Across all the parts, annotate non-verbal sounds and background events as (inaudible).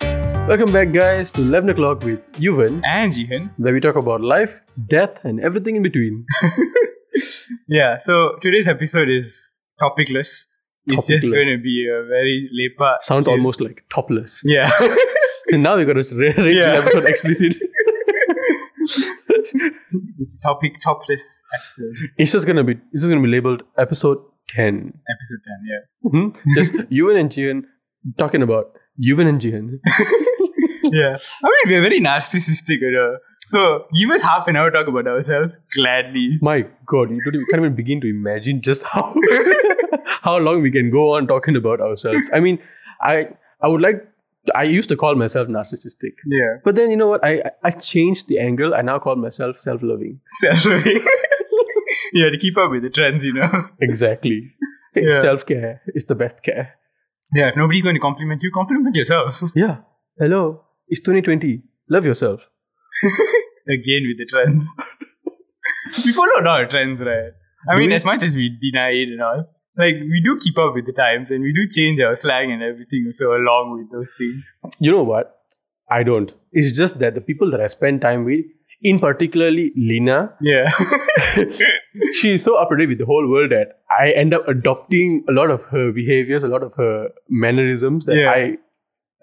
Welcome back, guys, to 11 o'clock with Yuvan, and Jihan. where we talk about life, death, and everything in between. Yeah, so today's episode is topicless. It's just Topicless. going to be a very lepa. Sounds chill- almost like topless. Yeah. (laughs) So now we're going to rate Yeah. this episode explicit. it's a topic topless episode. It's just going to be it's just going to be labeled episode 10. Episode 10, (laughs) yeah. Hmm? Just Yuvan and Jihan talking about Yuvan and Jihan. Yeah. I mean, we're very narcissistic. You know? So give us half an hour to talk about ourselves gladly. My God, you don't even, can't even begin to imagine just how (laughs) how long we can go on talking about ourselves. I mean, I I would like I used to call myself narcissistic. Yeah. But then you know what? I I- I changed the angle. I now call myself self-loving. (laughs) Self-loving. yeah, to keep up with the trends, you know. (laughs) Exactly. Yeah. Self-care is the best care. Yeah, if nobody's going to compliment you, compliment yourself. (laughs) Yeah. Hello. It's 2020. Love yourself. again with the trends. (laughs) we follow a lot of trends, right? I Do mean, we? as much as we deny it and all, like we do keep up with the times and we do change our slang and everything so along with those things. You know what? I don't. It's just that the people that I spend time with, in particularly (laughs) Lina, Yeah. (laughs) she is so up to date with the whole world that I end up adopting a lot of her behaviors, a lot of her mannerisms that Yeah. I,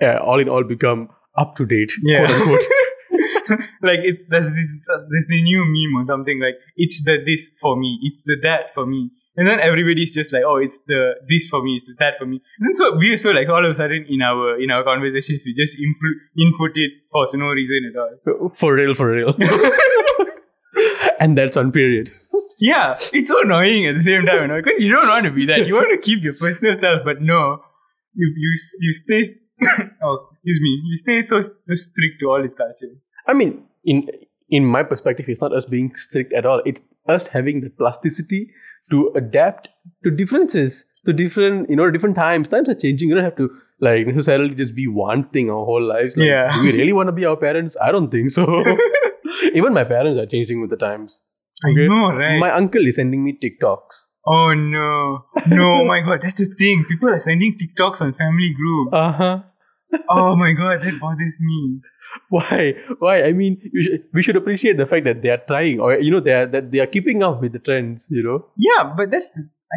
uh, all in all, become up to date. Yeah. Quote unquote. (laughs) like it's there's this there's, there's the new meme or something like it's the this for me, it's the that for me. And then everybody's just like, oh, it's the this for me, it's the that for me. And then so we're so like all of a sudden in our in our conversations we just impl- input it for no reason at all. For real, for (laughs) real. and that's on period. Yeah, it's so annoying at the same time, you know, because you don't want to be that. You want to keep your personal self, but no, you you you stay. (coughs) oh, excuse me, you stay so so strict to all this culture. I mean, in in my perspective, it's not us being strict at all. It's us having the plasticity to adapt to differences, to different you know different times. Times are changing. You don't have to like necessarily just be one thing our whole lives. Like, Yeah. Do we really want to be our parents? I don't think (laughs) so. Even my parents are changing with the times. I know, right? My uncle is sending me TikToks. oh no, no, oh my god, that's the thing. People are sending TikToks on family groups. Uh huh. oh my god, that bothers me. Why? Why? I mean, you should, we should appreciate the fact that they are trying, or you know, they are that they are keeping up with the trends. You know. Yeah, but that's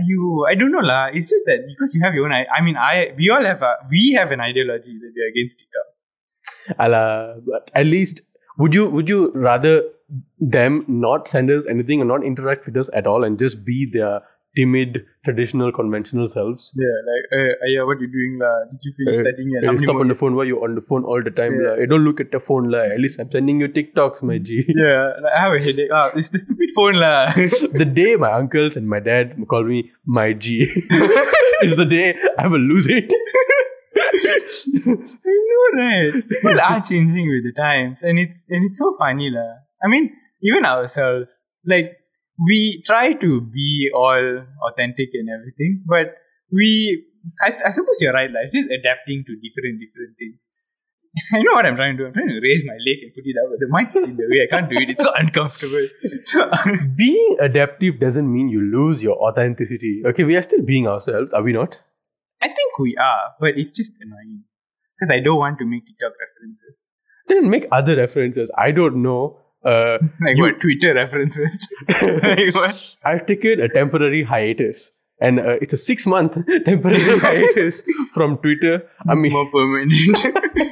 you. I don't know, lah. It's just that because you have your own. I, I mean, I we all have a we have an ideology that we are against TikTok. Ala, but at least would you would you rather them not send us anything or not interact with us at all and just be their timid traditional conventional selves? Yeah, like, uh, yeah, what you doing, lah? Did you finish Uh, studying? And Hey, how many stop more on the phone while you're on the phone all the time. Yeah. lah. Hey, don't look at the phone. La. At least I'm sending you TikToks, my G. Yeah, like, I have a headache. Ah, it's the stupid phone lah. (laughs) the day my uncles and my dad call me my G is the day I will lose it. (laughs) I know, right? People are changing with the times, and it's and it's so funny lah. I mean, even ourselves, like we try to be all authentic and everything, but we, I, I suppose you're right lah. It's just adapting to different different things. (laughs) I know what I'm trying to do. I'm trying to raise my leg and put it up, but the mic is in the way. I can't do it. It's so (laughs) uncomfortable. So, (laughs) Being adaptive doesn't mean you lose your authenticity. Okay, we are still being ourselves, are we not? I think we are, but it's just annoying because I don't want to make TikTok references. Then make other references. I don't know. (laughs) Uh, Like You- what Twitter (laughs) references? like what? I've taken a temporary hiatus, and uh, it's a six-month (laughs) (laughs) temporary hiatus from Twitter. I It's mean, more permanent.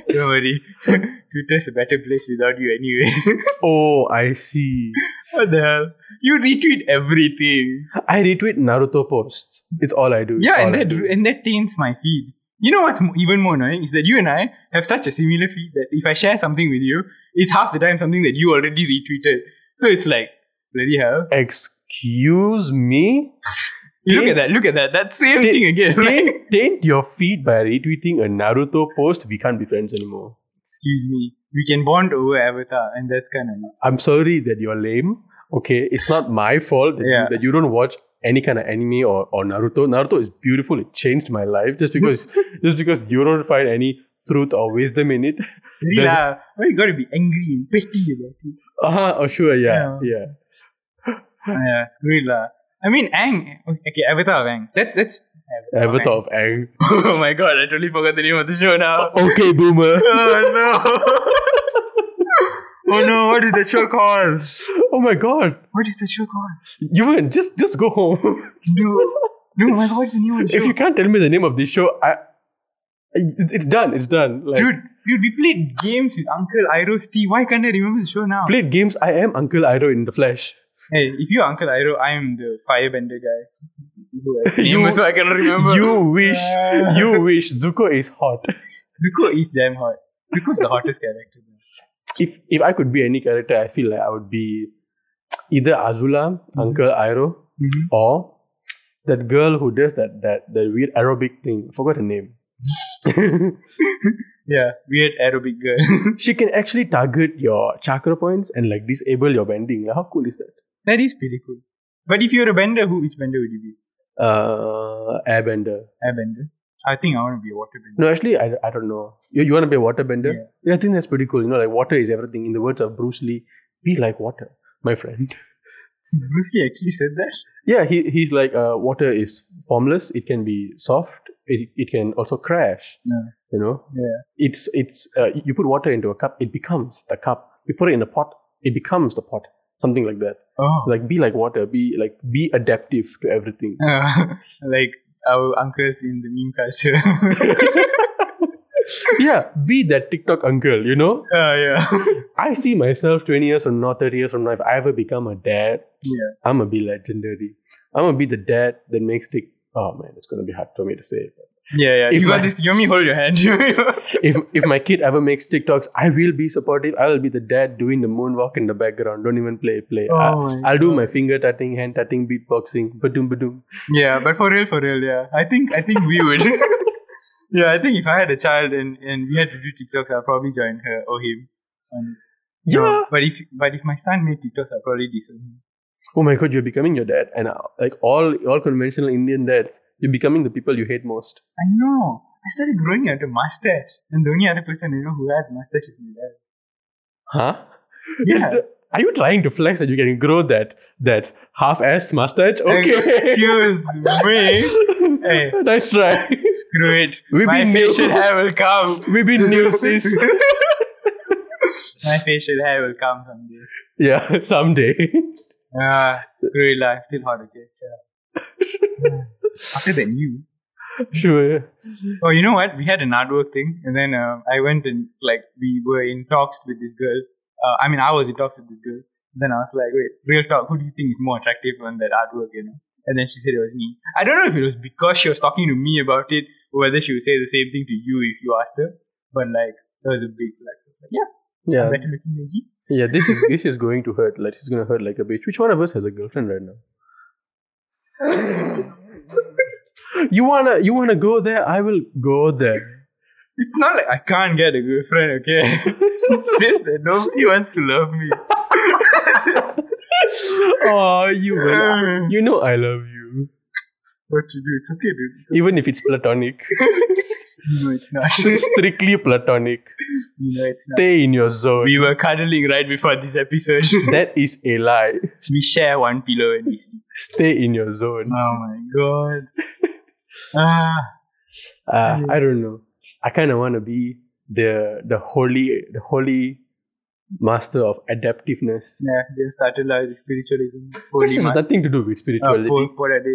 (laughs) Don't worry. Twitter's a better place without you anyway. (laughs) oh, I see. what the hell? You retweet everything. I retweet Naruto posts. It's all I do. It's Yeah, all and I that do. and that taints my feed. You know what's mo- even more annoying is that you and I have such a similar feed that if I share something with you, it's half the time something that you already retweeted. So it's like bloody hell. Excuse me. You look Taint- at that. Look at that. That same Taint- thing again. Like, Taint, taint your feed by retweeting a Naruto post. We can't be friends anymore. (laughs) excuse me. We can bond over Avatar, and that's kind of I'm sorry that you're lame. Okay, it's (laughs) not my fault that, Yeah. you, that you don't watch any kind of anime or, or Naruto. Naruto is beautiful. It changed my life just (laughs) because just because you don't find any truth or wisdom in it. (laughs) Really Does- lah. Why you gotta be angry and petty about it? Uh-huh, oh sure, yeah, yeah. yeah, screw it lah. I mean, Ang. Okay, Avatar of Ang. That's that's Avatar Ever Aang. thought of Ang? (laughs) oh my god, I totally forgot the name of the show (laughs) now. okay, boomer. (laughs) (laughs) oh no. oh no, what is the show called? oh my god. What is the show called? You win. Just just go home. (laughs) No. No, my god, what's the name of the show? if you can't tell me the name of this show, I it, it's done. It's done. Like dude, dude, we played games with Uncle Iroh's tea. Why can't I remember the show now? played games. I am Uncle Iroh in the flesh. Hey, if you're Uncle Iroh, I'm the firebender (laughs) guy. Who I- You- name so I cannot remember. You wish. You wish. Zuko is hot. (laughs) Zuko is damn hot. Zuko's the hottest character. If if I could be any character, I feel like I would be either Azula, Uncle Iroh, Mm-hmm. or that girl who does that that that weird Arabic thing. I forgot her name. Yeah, weird aerobic girl. (laughs) (laughs) she can actually target your chakra points and like disable your bending. Like, how cool is that? that is pretty cool. But if you're a bender, who which bender would you be? Uh, airbender. Airbender. I think I want to be a waterbender. (laughs) No, actually, I, I don't know. You, you want to be a waterbender? Yeah. Yeah. I think that's pretty cool. You know, like water is everything. In the words of Bruce Lee, be like water, my friend. Bruce Lee actually said that. Yeah, he, he's like, uh, water is formless. It can be soft. It, it can also crash. Yeah. You know? Yeah. It's, it's, uh, you put water into a cup, it becomes the cup. You put it in a pot, it becomes the pot. Something like that. Oh, (laughs) like, Like, be like water. Be like, be adaptive to (laughs) everything. (laughs) Uh, like our uncles in the meme culture. (laughs) yeah, be that TikTok uncle, you know? Oh yeah, (laughs) I see myself 20 years from now, 30 years from now, if I ever become a dad, yeah. I'm gonna be legendary. I'm gonna be the dad that makes tick. Oh man, it's gonna be hard for me to say. Yeah, yeah. If you got my- this. You me hold your hand. (laughs) (laughs) If if my kid ever makes TikToks, I will be supportive. I will be the dad doing the moonwalk in the background. Don't even play, play. Oh my I, I'll do my finger tatting, hand tatting, beatboxing, badoom badoom. yeah, but for real, for real, yeah. I think I think we would. (laughs) yeah, I think if I had a child and, and we had to do TikTok, I'll probably join her or him. And, Yeah. but if but if my son made TikToks, I'll probably disown him. Oh my god, you're becoming your dad, and uh, like all all conventional Indian dads, you're becoming the people you hate most. I know. I started growing out a mustache, and the only other person I know who has mustache is my dad. Huh? Yeah. Are you trying to flex that you can grow that that half-assed mustache? (laughs) Okay. Excuse me. Hey. (laughs) Nice try. Screw it. We've my been facial (laughs) new- hair will come. We've been new sis. My facial hair will come someday. (laughs) Yeah, someday. (laughs) Ah, screw it, lah. I'm still hot, okay? (laughs) Yeah. After than you. Sure. Oh, you know what? We had an artwork thing, and then uh, I went and like we were in talks with this girl. Uh, I mean, I was in talks with this girl. Then I was like, wait, real talk. Who do you think is more attractive on that artwork? You know? And then she said it was me. I don't know if it was because she was talking to me about it, or whether she would say the same thing to you if you asked her. But like, that was a big like, so, like, yeah, Yeah. better looking than G. Yeah, this is this is going to hurt. Like this is gonna hurt like a bitch. Which one of us has a girlfriend right now? you wanna you wanna go there? I will go there. It's not like I can't get a girlfriend, okay? (laughs) It's Just that nobody wants to love me. oh, you will. You know I love you. what to do? It's okay, dude. It's okay. Even if it's (laughs) platonic. No, it's (laughs) not. Strictly platonic. No, it's not. Stay in your zone. We were cuddling right before this (laughs) episode. (laughs) That is a lie. we share one pillow and we sleep. Stay in your zone. Oh my god. (laughs) Ah, Uh, I don't know. I kind of want to be the the holy the holy master of adaptiveness. yeah, just started like the spiritualism. This Holy has master. nothing to do with Ah, spirituality. poor, poor day.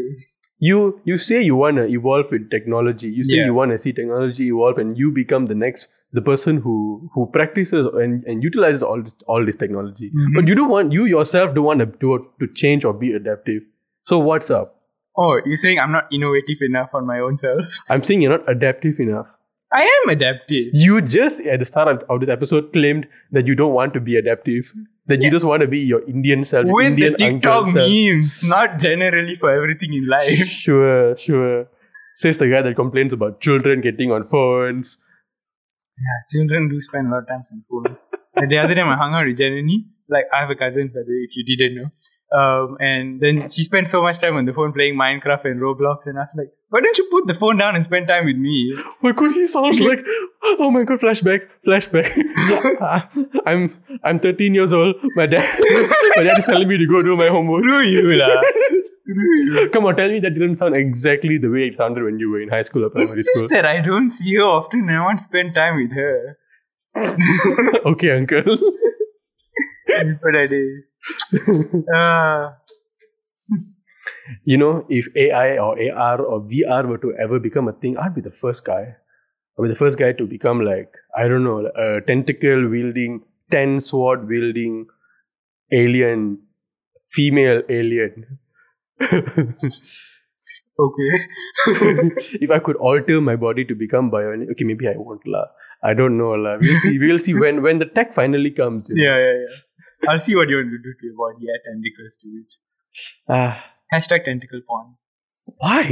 you you say you want to evolve with technology. You say Yeah. you want to see technology evolve, and you become the next the person who who practices and, and utilizes all this, all this technology. Mhm. But you don't want you yourself don't want to do, to change or be adaptive. So what's up? Oh, you're saying I'm not innovative enough on my own self? (laughs) I'm saying you're not adaptive enough. I am adaptive. You just at the start of, of this episode claimed that you don't want to be adaptive. That you just want to be your Indian self, your With Indian the TikTok uncle self. memes, not generally for everything in life. (laughs) Sure, sure. Says the guy that complains about children getting on phones. Yeah, children do spend a lot of time on phones. Like, the other time I hung out with Jenny, like I have a cousin by the way, if you didn't know. Um, and then she spent so much time on the phone playing Minecraft and Roblox, and I was like, Why don't you put the phone down and spend time with me? My god, he sounds like oh my god, flashback, flashback. (laughs) I'm I'm 13 years old. My dad (laughs) my dad is telling me to go do my homework. Screw you, (laughs) lah. Screw you. Come on, tell me that didn't sound exactly the way it sounded when you were in high school or primary It's school. just that I don't see her often and I want to spend time with her. okay, uncle. but I (laughs) do. Uh, You know, if AI or AR or VR were to ever become a thing, I'd be the first guy. I'd be the first guy to become like, I don't know, a tentacle wielding, ten sword wielding alien, female alien. (laughs) okay. (laughs) if I could alter my body to become bionic, okay, maybe I won't la. I don't know la. We'll see. We'll see when when the tech finally comes. you know. Yeah, yeah, yeah. I'll see what you want to do to your body. Yeah, tentacles to it. Ah, Hashtag tentacle porn. why?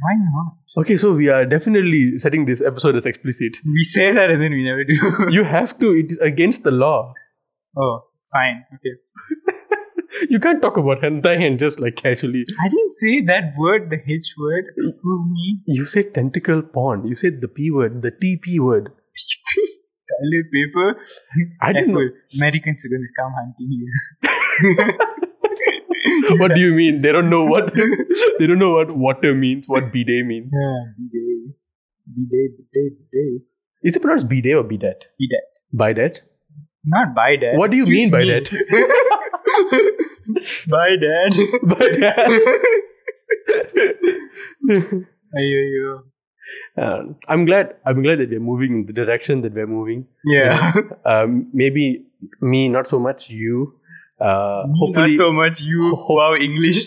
Why not? Okay, so we are definitely setting this episode as explicit. We say that and then we never do. (laughs) You have to. It is against the law. oh, fine. Okay. You can't talk about hentai and just like casually. I didn't say that word, the H word. Excuse me. (laughs) You said tentacle porn. You said the P word, the TP word. Toilet paper. I didn't know. Americans are going to come hunting you. (laughs) What do you mean? They don't know (laughs) what (laughs) they don't know what water means, what bidet means. Yeah, bidet. Bidet, bidet, bidet. Is it pronounced bidet or bidet? Bidet. Bidet. Not by that. What do you mean by that? (laughs) by that. (laughs) Bidet. (laughs) Ayoyo. Um, I'm glad. I'm glad that we're moving in the direction that we're moving. (laughs) Yeah. (laughs) Um, maybe me, not so much you. Uh, Hopefully, hopefully, Not so much (laughs) you. Ho- wow, English.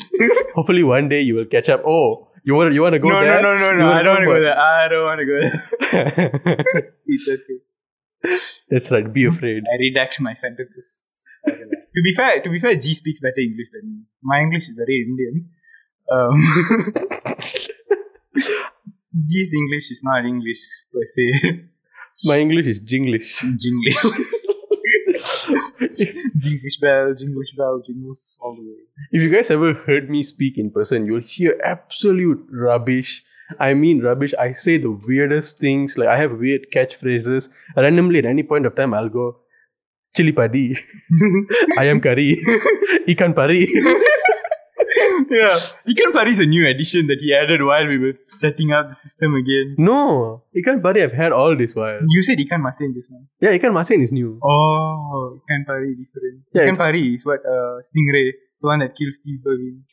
hopefully one day you will catch up. Oh, you want you want to go (laughs) no, there? no, no, no, You no. wanna I don't want to talk go about- there. I don't want to go there. (laughs) (laughs) It's okay. That's right. Be afraid. I redact my sentences. to be fair, to be fair, G speaks better English than me. My English is very Indian. Um, (laughs) G's English is not English per se. My English is jinglish. (laughs) Jinglish. Jinglish bell, Jinglish bell, jingles all the way. (laughs) If you guys ever heard me speak in person, you'll hear absolute rubbish. I mean rubbish. I say the weirdest things. Like I have weird catchphrases. Randomly at any point of time, I'll go chili padi, ayam curry, (laughs) ikan pari. (laughs) yeah. Ikan Pari is a new addition that he added while we were setting up the system again. No, ikan pari. I've had all this while. You said Ikan Masin just now. Yeah, ikan masin is new. Oh, Ikan Pari different. Yeah, Ikan it's- Pari is what? Uh, Stingray. The one that kills Steve Irwin.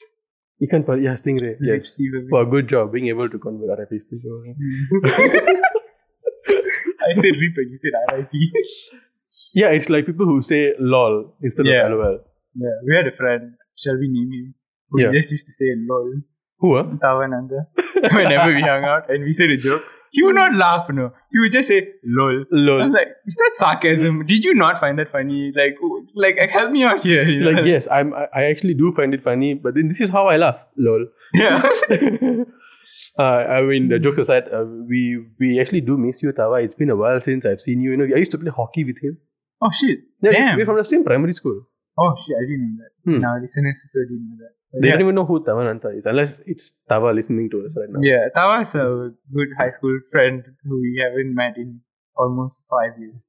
Ikan pari. Yeah, stingray. Yes. Yes. Steve Irwin. Well, good job being able to convert RIP Steve Irwin. Mm. (laughs) I said RIP and you said RIP. Yeah, it's like people who say lol instead Yeah. of lol. yeah, we had a friend. Shall we name him? Who Yeah. just used to say lol. Who? ah? Huh? Tawananda. (laughs) Whenever we hung out and we said a joke, he would not laugh, no. He would just say lol. I Lol. was like, is that sarcasm? Did you not find that funny? Like, w- like help me out here. (laughs) you know? (laughs) Like yes, I'm. I I actually do find it funny, but then this is how I laugh. Lol. (laughs) yeah. uh, I mean, the jokes aside, uh, we we actually do miss you, Tawa. It's been a while since I've seen you. You know, I used to play hockey with him. Oh shit. Yeah, Damn. we're from the same primary school. Oh shit. I didn't know that. Hmm. Now listeners also didn't know that. But They yeah. don't even know who Tawa Nanta is, unless it's Tawa listening to us right now. Yeah, Tawa's a good high school friend who we haven't met in almost five years,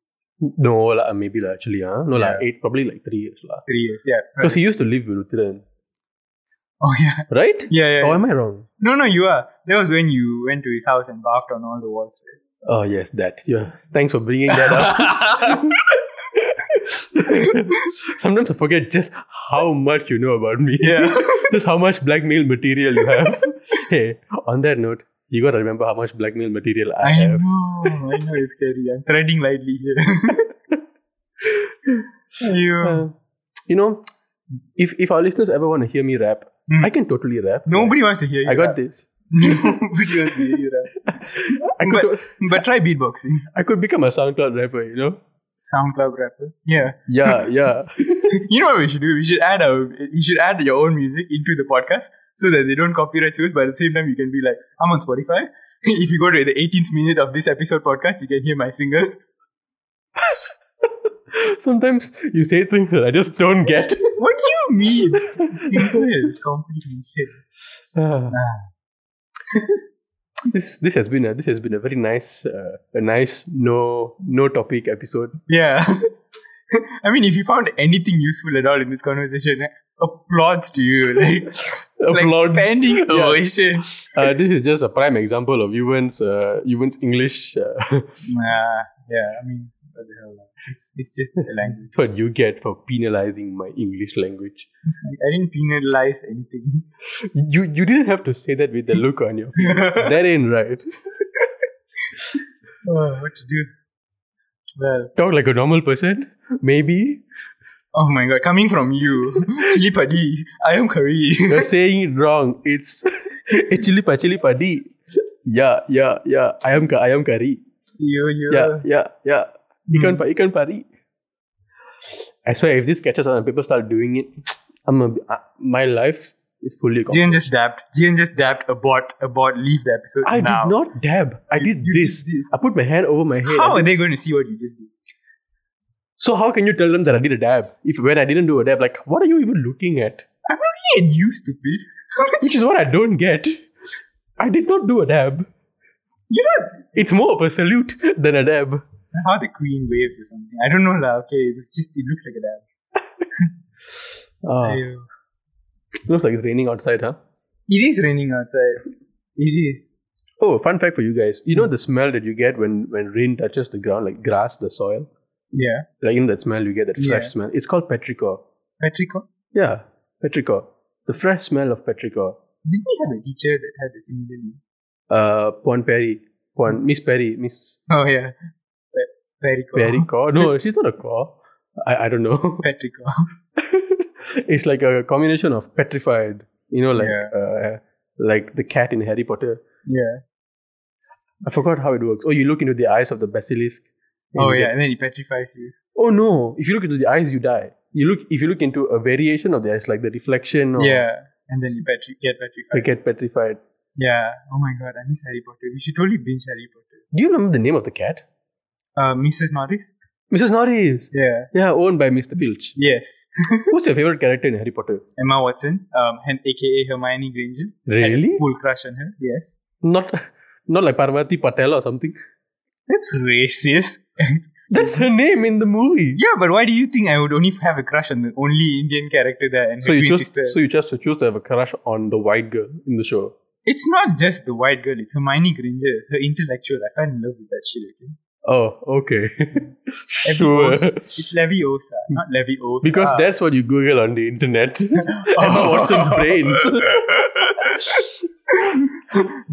No, la, maybe la, actually, huh? no, la, Yeah. eight, probably like three years, la. three years. Yeah. right. Because he used to live with Utiran, (laughs) Oh yeah. right? Yeah, yeah. Or yeah. am I wrong? No, no, you are. That was when you went to his house and laughed on all the walls. (laughs) Oh yes, that. Yeah. Thanks for bringing that (laughs) up. Right? Sometimes I forget just how much you know about me. yeah. (laughs) just how much blackmail material you have. (laughs) hey, on that note, you gotta remember how much blackmail material I, I have. know. I know it's scary. I'm treading lightly here. (laughs) you. Uh, you know, if if our listeners ever want to hear me rap, Hmm. I can totally rap. Nobody wants to hear you. I got rap. this. (laughs) Nobody wants to hear you. (laughs) Rap. I could to- But try beatboxing. I could become a SoundCloud rapper. You know. SoundCloud rapper. Yeah. Yeah, yeah. You know what we should do? We should add our. You should add your own music into the podcast so that they don't copyright yours. But at the same time, you can be like, I'm on Spotify. (laughs) if you go to the 18th minute of this episode podcast, you can hear my single. (laughs) (laughs) Sometimes you say things that I just don't get. What do you mean? Simple comprehension. Ah. This this has been a this has been a very nice uh, a nice no no topic episode. Yeah. (laughs) I mean, if you found anything useful at all in this conversation, eh, applauds to you. (laughs) Like, Applauds. Like standing Yeah. ovation. Uh, this is just a prime example of Ewan's uh, Ewan's English. Uh, (laughs) Nah, yeah, I mean, what the hell? It's, it's just a language. (laughs) that's what you get for penalizing my English language. Like, I didn't penalize (laughs) anything. You you didn't have to say that with the look on your (laughs) face. that ain't right. oh, what to do? Well, Talk like a normal person, maybe. oh my god, coming from you, (laughs) chili padi, I am curry. (laughs) You're saying it wrong. It's (laughs) it's chili pa chili pa di. Yeah, yeah, yeah. I am ka I am curry. you, you. Yeah, yeah, yeah. Ikan pa ikan pari. Hmm. I swear, if this catches on and people start doing it, I'm a, uh, my life is fully. accomplished. Jian just dapped. Jian just dapped. Abort. Abort. Leave the episode I now. did not dab. I did you did this. this. I put my hand over my head. I How did- are they going to see what you just did? So how can you tell them that I did a dab if when I didn't do a dab? Like, what are you even looking at? I'm looking at you, stupid. (laughs) Which is what I don't get. I did not do a dab. You're not It's more of a salute than a dab. somehow the queen waves or something. I don't know lah. Okay, it's just it looked like a dab. Ah, Ayo. looks like it's raining outside, huh? It is raining outside. It is. Oh, fun fact for you guys. You Hmm. know the smell that you get when when rain touches the ground, like grass, the soil. Yeah. Like in that smell, you get that fresh Yeah. smell. It's called petrichor. Petrico. Yeah, petrichor. The fresh smell of petrichor. Didn't we have a teacher that had a similar name? Uh, Pon Perry. Hmm. Pon Miss Perry. Miss Oh yeah. Pe- Perico. Perry (laughs) Kaur. No, she's not a Kaur. I, I don't know. (laughs) Petrico. it's like a combination of petrified, you know, like Yeah. uh, like the cat in Harry Potter. (laughs) Yeah. I forgot how it works. Oh, you look into the eyes of the basilisk. and Oh you yeah. get- And then he petrifies you. oh no! If you look into the eyes, you die. You look if you look into a variation of the eyes, like the reflection. Or Yeah. And then you petri- get You petrified. get petrified. Yeah. Oh my god, I miss Harry Potter. We should totally binge Harry Potter. Do you remember the name of the cat? Uh, Mrs. Norris. Mrs. Norris. Yeah. Yeah, owned by Mr. (laughs) Filch. Yes. Who's your favorite character in Harry Potter? Emma Watson, um, and aka Hermione Granger. Had Really? a full crush on her. Yes. Not, not like Parvati Patel or something. That's racist. (laughs) That's her name in the movie. (laughs) yeah, but why do you think I would only have a crush on the only Indian character there and her So you twin chose. sister? So you chose to choose to have a crush on the white girl in the show. it's not just the white girl, it's Hermione Granger, her intellectual. I fell in love with that shit, okay? Oh, (laughs) okay. sure. Leviosa. It's Leviosa, not Leviosa. (laughs) Because that's what you Google on the (laughs) internet. (laughs) Emma Watson's brains.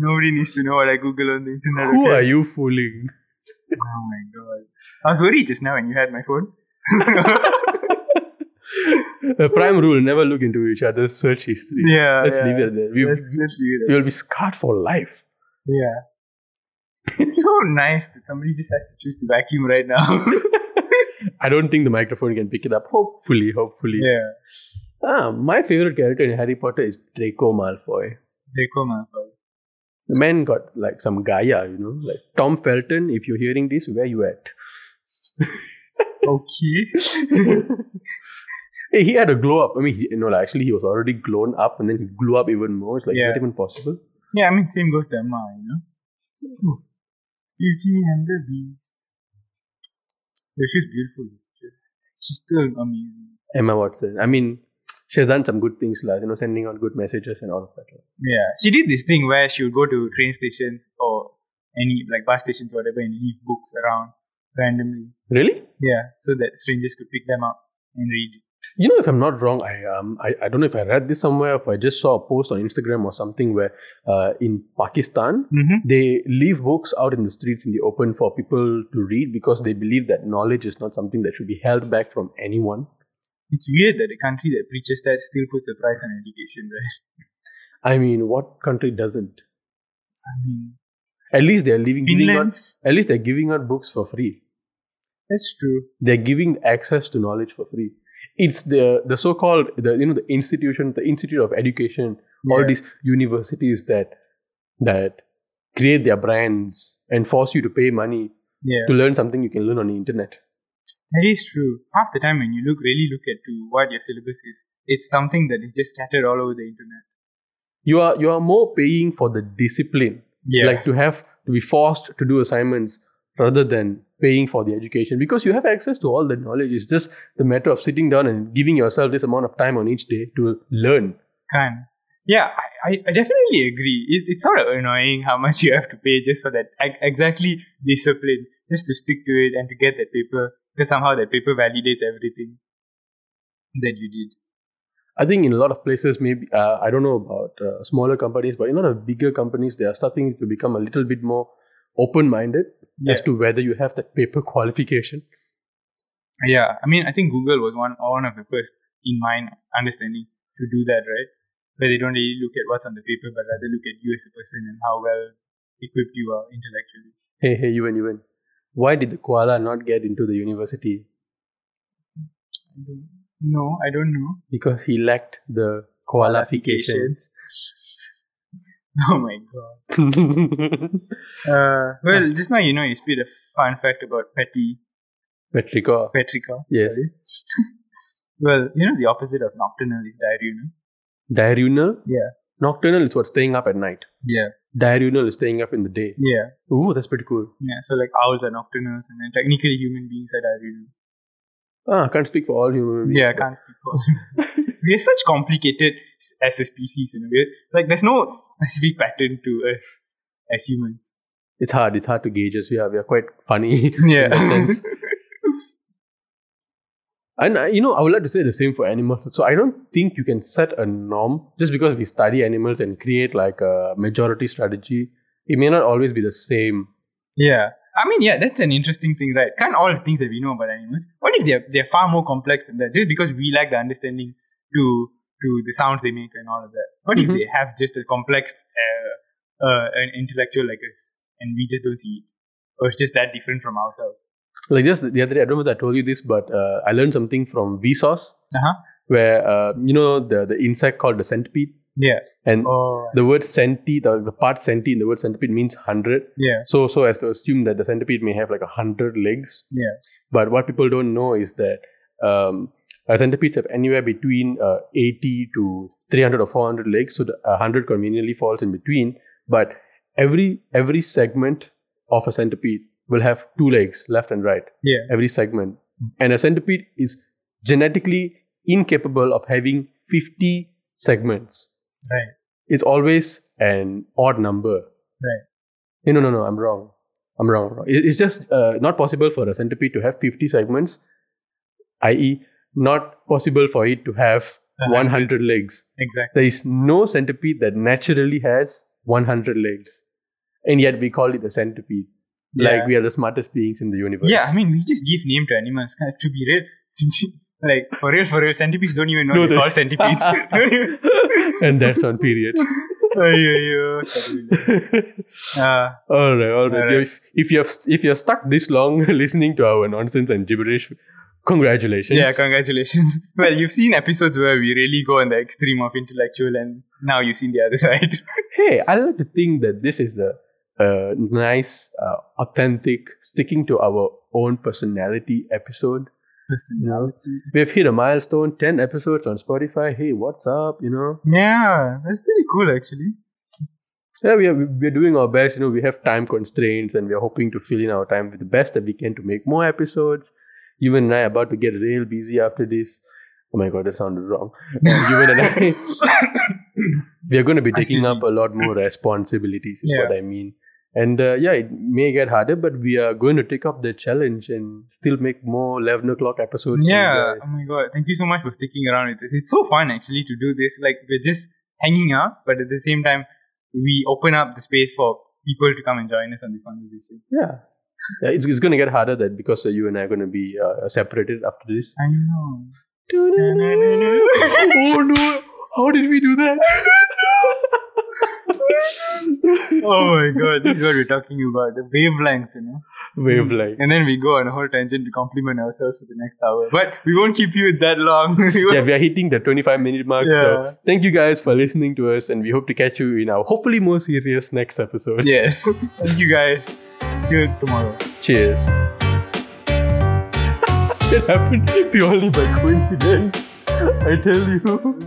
Nobody needs to know what I Google on the internet. Who okay? are you fooling? Oh my god. I was worried just now when you had my phone. The prime rule: never look into each other's search history. Yeah. Let's yeah. leave it there. We Let's, let's leave it there. will be scarred for life. Yeah. It's so nice that somebody just has to choose to vacuum (laughs) right now. I don't think the microphone can pick it up. Hopefully, hopefully. yeah. Ah, my favorite character in Harry Potter is Draco Malfoy. Draco Malfoy. The man got like some Gaia, you know, like Tom Felton. If you're hearing this, where you at? Okay. (laughs) Hey, Eh, he had a glow up. I mean, he, no, like, actually, he was already glown up, and then he blew up even more. It's like Yeah. not even possible. yeah, I mean, same goes to Emma, you know? Ooh. Beauty and the Beast. Yeah, she's beautiful. She's still amazing. Emma Watson. I mean, she has done some good things, like you know, sending out good messages and all of that. Yeah. She did this thing where she would go to train stations or any, like, bus stations or whatever and leave books around randomly. Really? Yeah. So that strangers could pick them up and read. You know, if I'm not wrong, I um, I, I don't know if I read this somewhere, if I just saw a post on Instagram or something where, uh, in Pakistan, Mm-hmm. they leave books out in the streets in the open for people to read because they believe that knowledge is not something that should be held back from anyone. It's weird that a country that preaches that still puts a price on education, (laughs) right? I mean, what country doesn't? I mean, At least they're leaving. Giving out, Finland. at least they're giving out books for free. That's true. they're giving access to knowledge for free it's the the so-called the you know the institution the institute of education all Yeah. these universities that that create their brands and force you to pay money Yeah, to learn something you can learn on the internet that is true. Half the time, when you look really look at to what your syllabus is, it's something that is just scattered all over the internet. you are you are more paying for the discipline Yeah. like to have to be forced to do assignments rather than paying for the education because you have access to all the knowledge it's just the matter of sitting down and giving yourself this amount of time on each day to learn Can. Yeah, I, I I definitely agree. It, it's sort of annoying how much you have to pay just for that ex- exactly discipline, just to stick to it and to get that paper, because somehow that paper validates everything that you did. i think in a lot of places maybe uh, i don't know about uh, smaller companies but in a lot of bigger companies they are starting to become a little bit more open-minded as Yeah. to whether you have that paper (laughs) qualification Yeah, I mean, I think Google was one one of the first, in my understanding, to do that, right? Where they don't really look at what's on the paper, but rather look at you as a person and how well equipped you are intellectually. hey hey you and you and why did the koala not get into the university I don't, no, I don't know. because he lacked the qualifications (laughs) Oh my god. (laughs) Uh, well, just now you know you spit a fun fact about Petty Petrico. Petrica. Yes. sorry. (laughs) well, you know the opposite of nocturnal is diurnal. Diurnal? Yeah. Nocturnal is what staying up at night. Yeah, Diurnal is staying up in the day. yeah, Ooh, that's pretty cool. yeah. So like owls are nocturnals, and then technically human beings are diurnal. Ah, I can't speak for all human beings. Yeah, I but- can't speak for. (laughs) we're such complicated s- as a species in a way. Like there's no specific pattern to us as humans. It's hard. It's hard to gauge us. We are, we are quite funny. (laughs) Yeah. In that (laughs) sense. And I, you know, I would like to say the same for animals. So I don't think you can set a norm just because we study animals and create like a majority strategy. It may not always be the same. Yeah. I mean, yeah, that's an interesting thing, right? Can't all things that we know about animals? What if they're they're far more complex than that? Just because we lack the understanding to to the sounds they make and all of that. What Mhm. if they have just a complex uh, uh, an intellectual like us and we just don't see it, or it's just that different from ourselves? Like just the other day, I don't know whether I told you this, but uh, I learned something from Vsauce, Uh-huh. where uh, you know the the insect called the centipede, Yeah. and Oh. the word centi, the, the part centi in the word centipede means hundred. Yeah. So so as to assume that the centipede may have like a hundred legs. Yeah. But what people don't know is that um, uh, centipedes have anywhere between uh, eighty to three hundred or four hundred legs. So the uh, hundred conveniently falls in between. But every every segment of a centipede will have two legs, left and right. Yeah. Every segment, and a centipede is genetically incapable of having fifty segments Right. is always an odd number. Right. Eh, No, no, no. I'm wrong. I'm wrong. I'm wrong. It- It's just uh, not possible for a centipede to have 50 segments, i.e., not possible for it to have Uh-huh. 100 legs. Exactly. There is no centipede that naturally has 100 legs, and yet we call it a centipede. Yeah. Like we are the smartest beings in the universe. Yeah, I mean, we just give name to animals. Ca- To be real, (laughs) like for real, for real, centipedes don't even know No, they're they- called (laughs) centipedes. (laughs) Don't even- and that's on (laughs) period. Ayyo, ayyo, sorry. Uh, All right, all right. All right. If, if you're if you're stuck this long (laughs) listening to our nonsense and gibberish, congratulations. yeah, congratulations. (laughs) Well, you've seen episodes where we really go on the extreme of intellectual, and now you've seen the other (laughs) side. hey, I like to think that this is a, a nice, uh, authentic, sticking to our own personality episode. Personality. We've hit a milestone, ten episodes on Spotify. Hey, what's up? You know, Yeah, that's pretty cool, (laughs) actually. yeah, we are we're doing our best. You know, we have time constraints, and we are hoping to fill in our time with the best that we can to make more episodes. You and I are about to get real busy after this. Oh my god, that sounded wrong. you (laughs) and I. we are going to be taking Excuse up a lot more responsibilities is Yeah. what i mean and uh, yeah it may get harder but we are going to take up the challenge and still make more 11 o'clock episodes for you (coughs) Yeah. guys. Oh my god. Thank you so much for sticking around with us. It's so fun actually to do this. Like we're just hanging out, but at the same time, we open up the space for people to come and join us on these conversations. yeah yeah, it's, it's going to get harder that because uh, you and I are going to be uh, separated after (laughs) this. (laughs) I know. oh no! How did we do (laughs) that? Oh my god, this is what we're talking about. The wavelengths, you know. Wavelengths. And then we go on a whole tangent to compliment ourselves for the next hour. But we won't keep you that long. (laughs) We won't- yeah, we are hitting the 25 minute mark. Yeah. So thank you guys for listening to us, and we hope to catch you in our hopefully more serious next episode. Yes. (laughs) Thank you guys. See you tomorrow. Cheers. (laughs) it happened purely by coincidence. I tell you.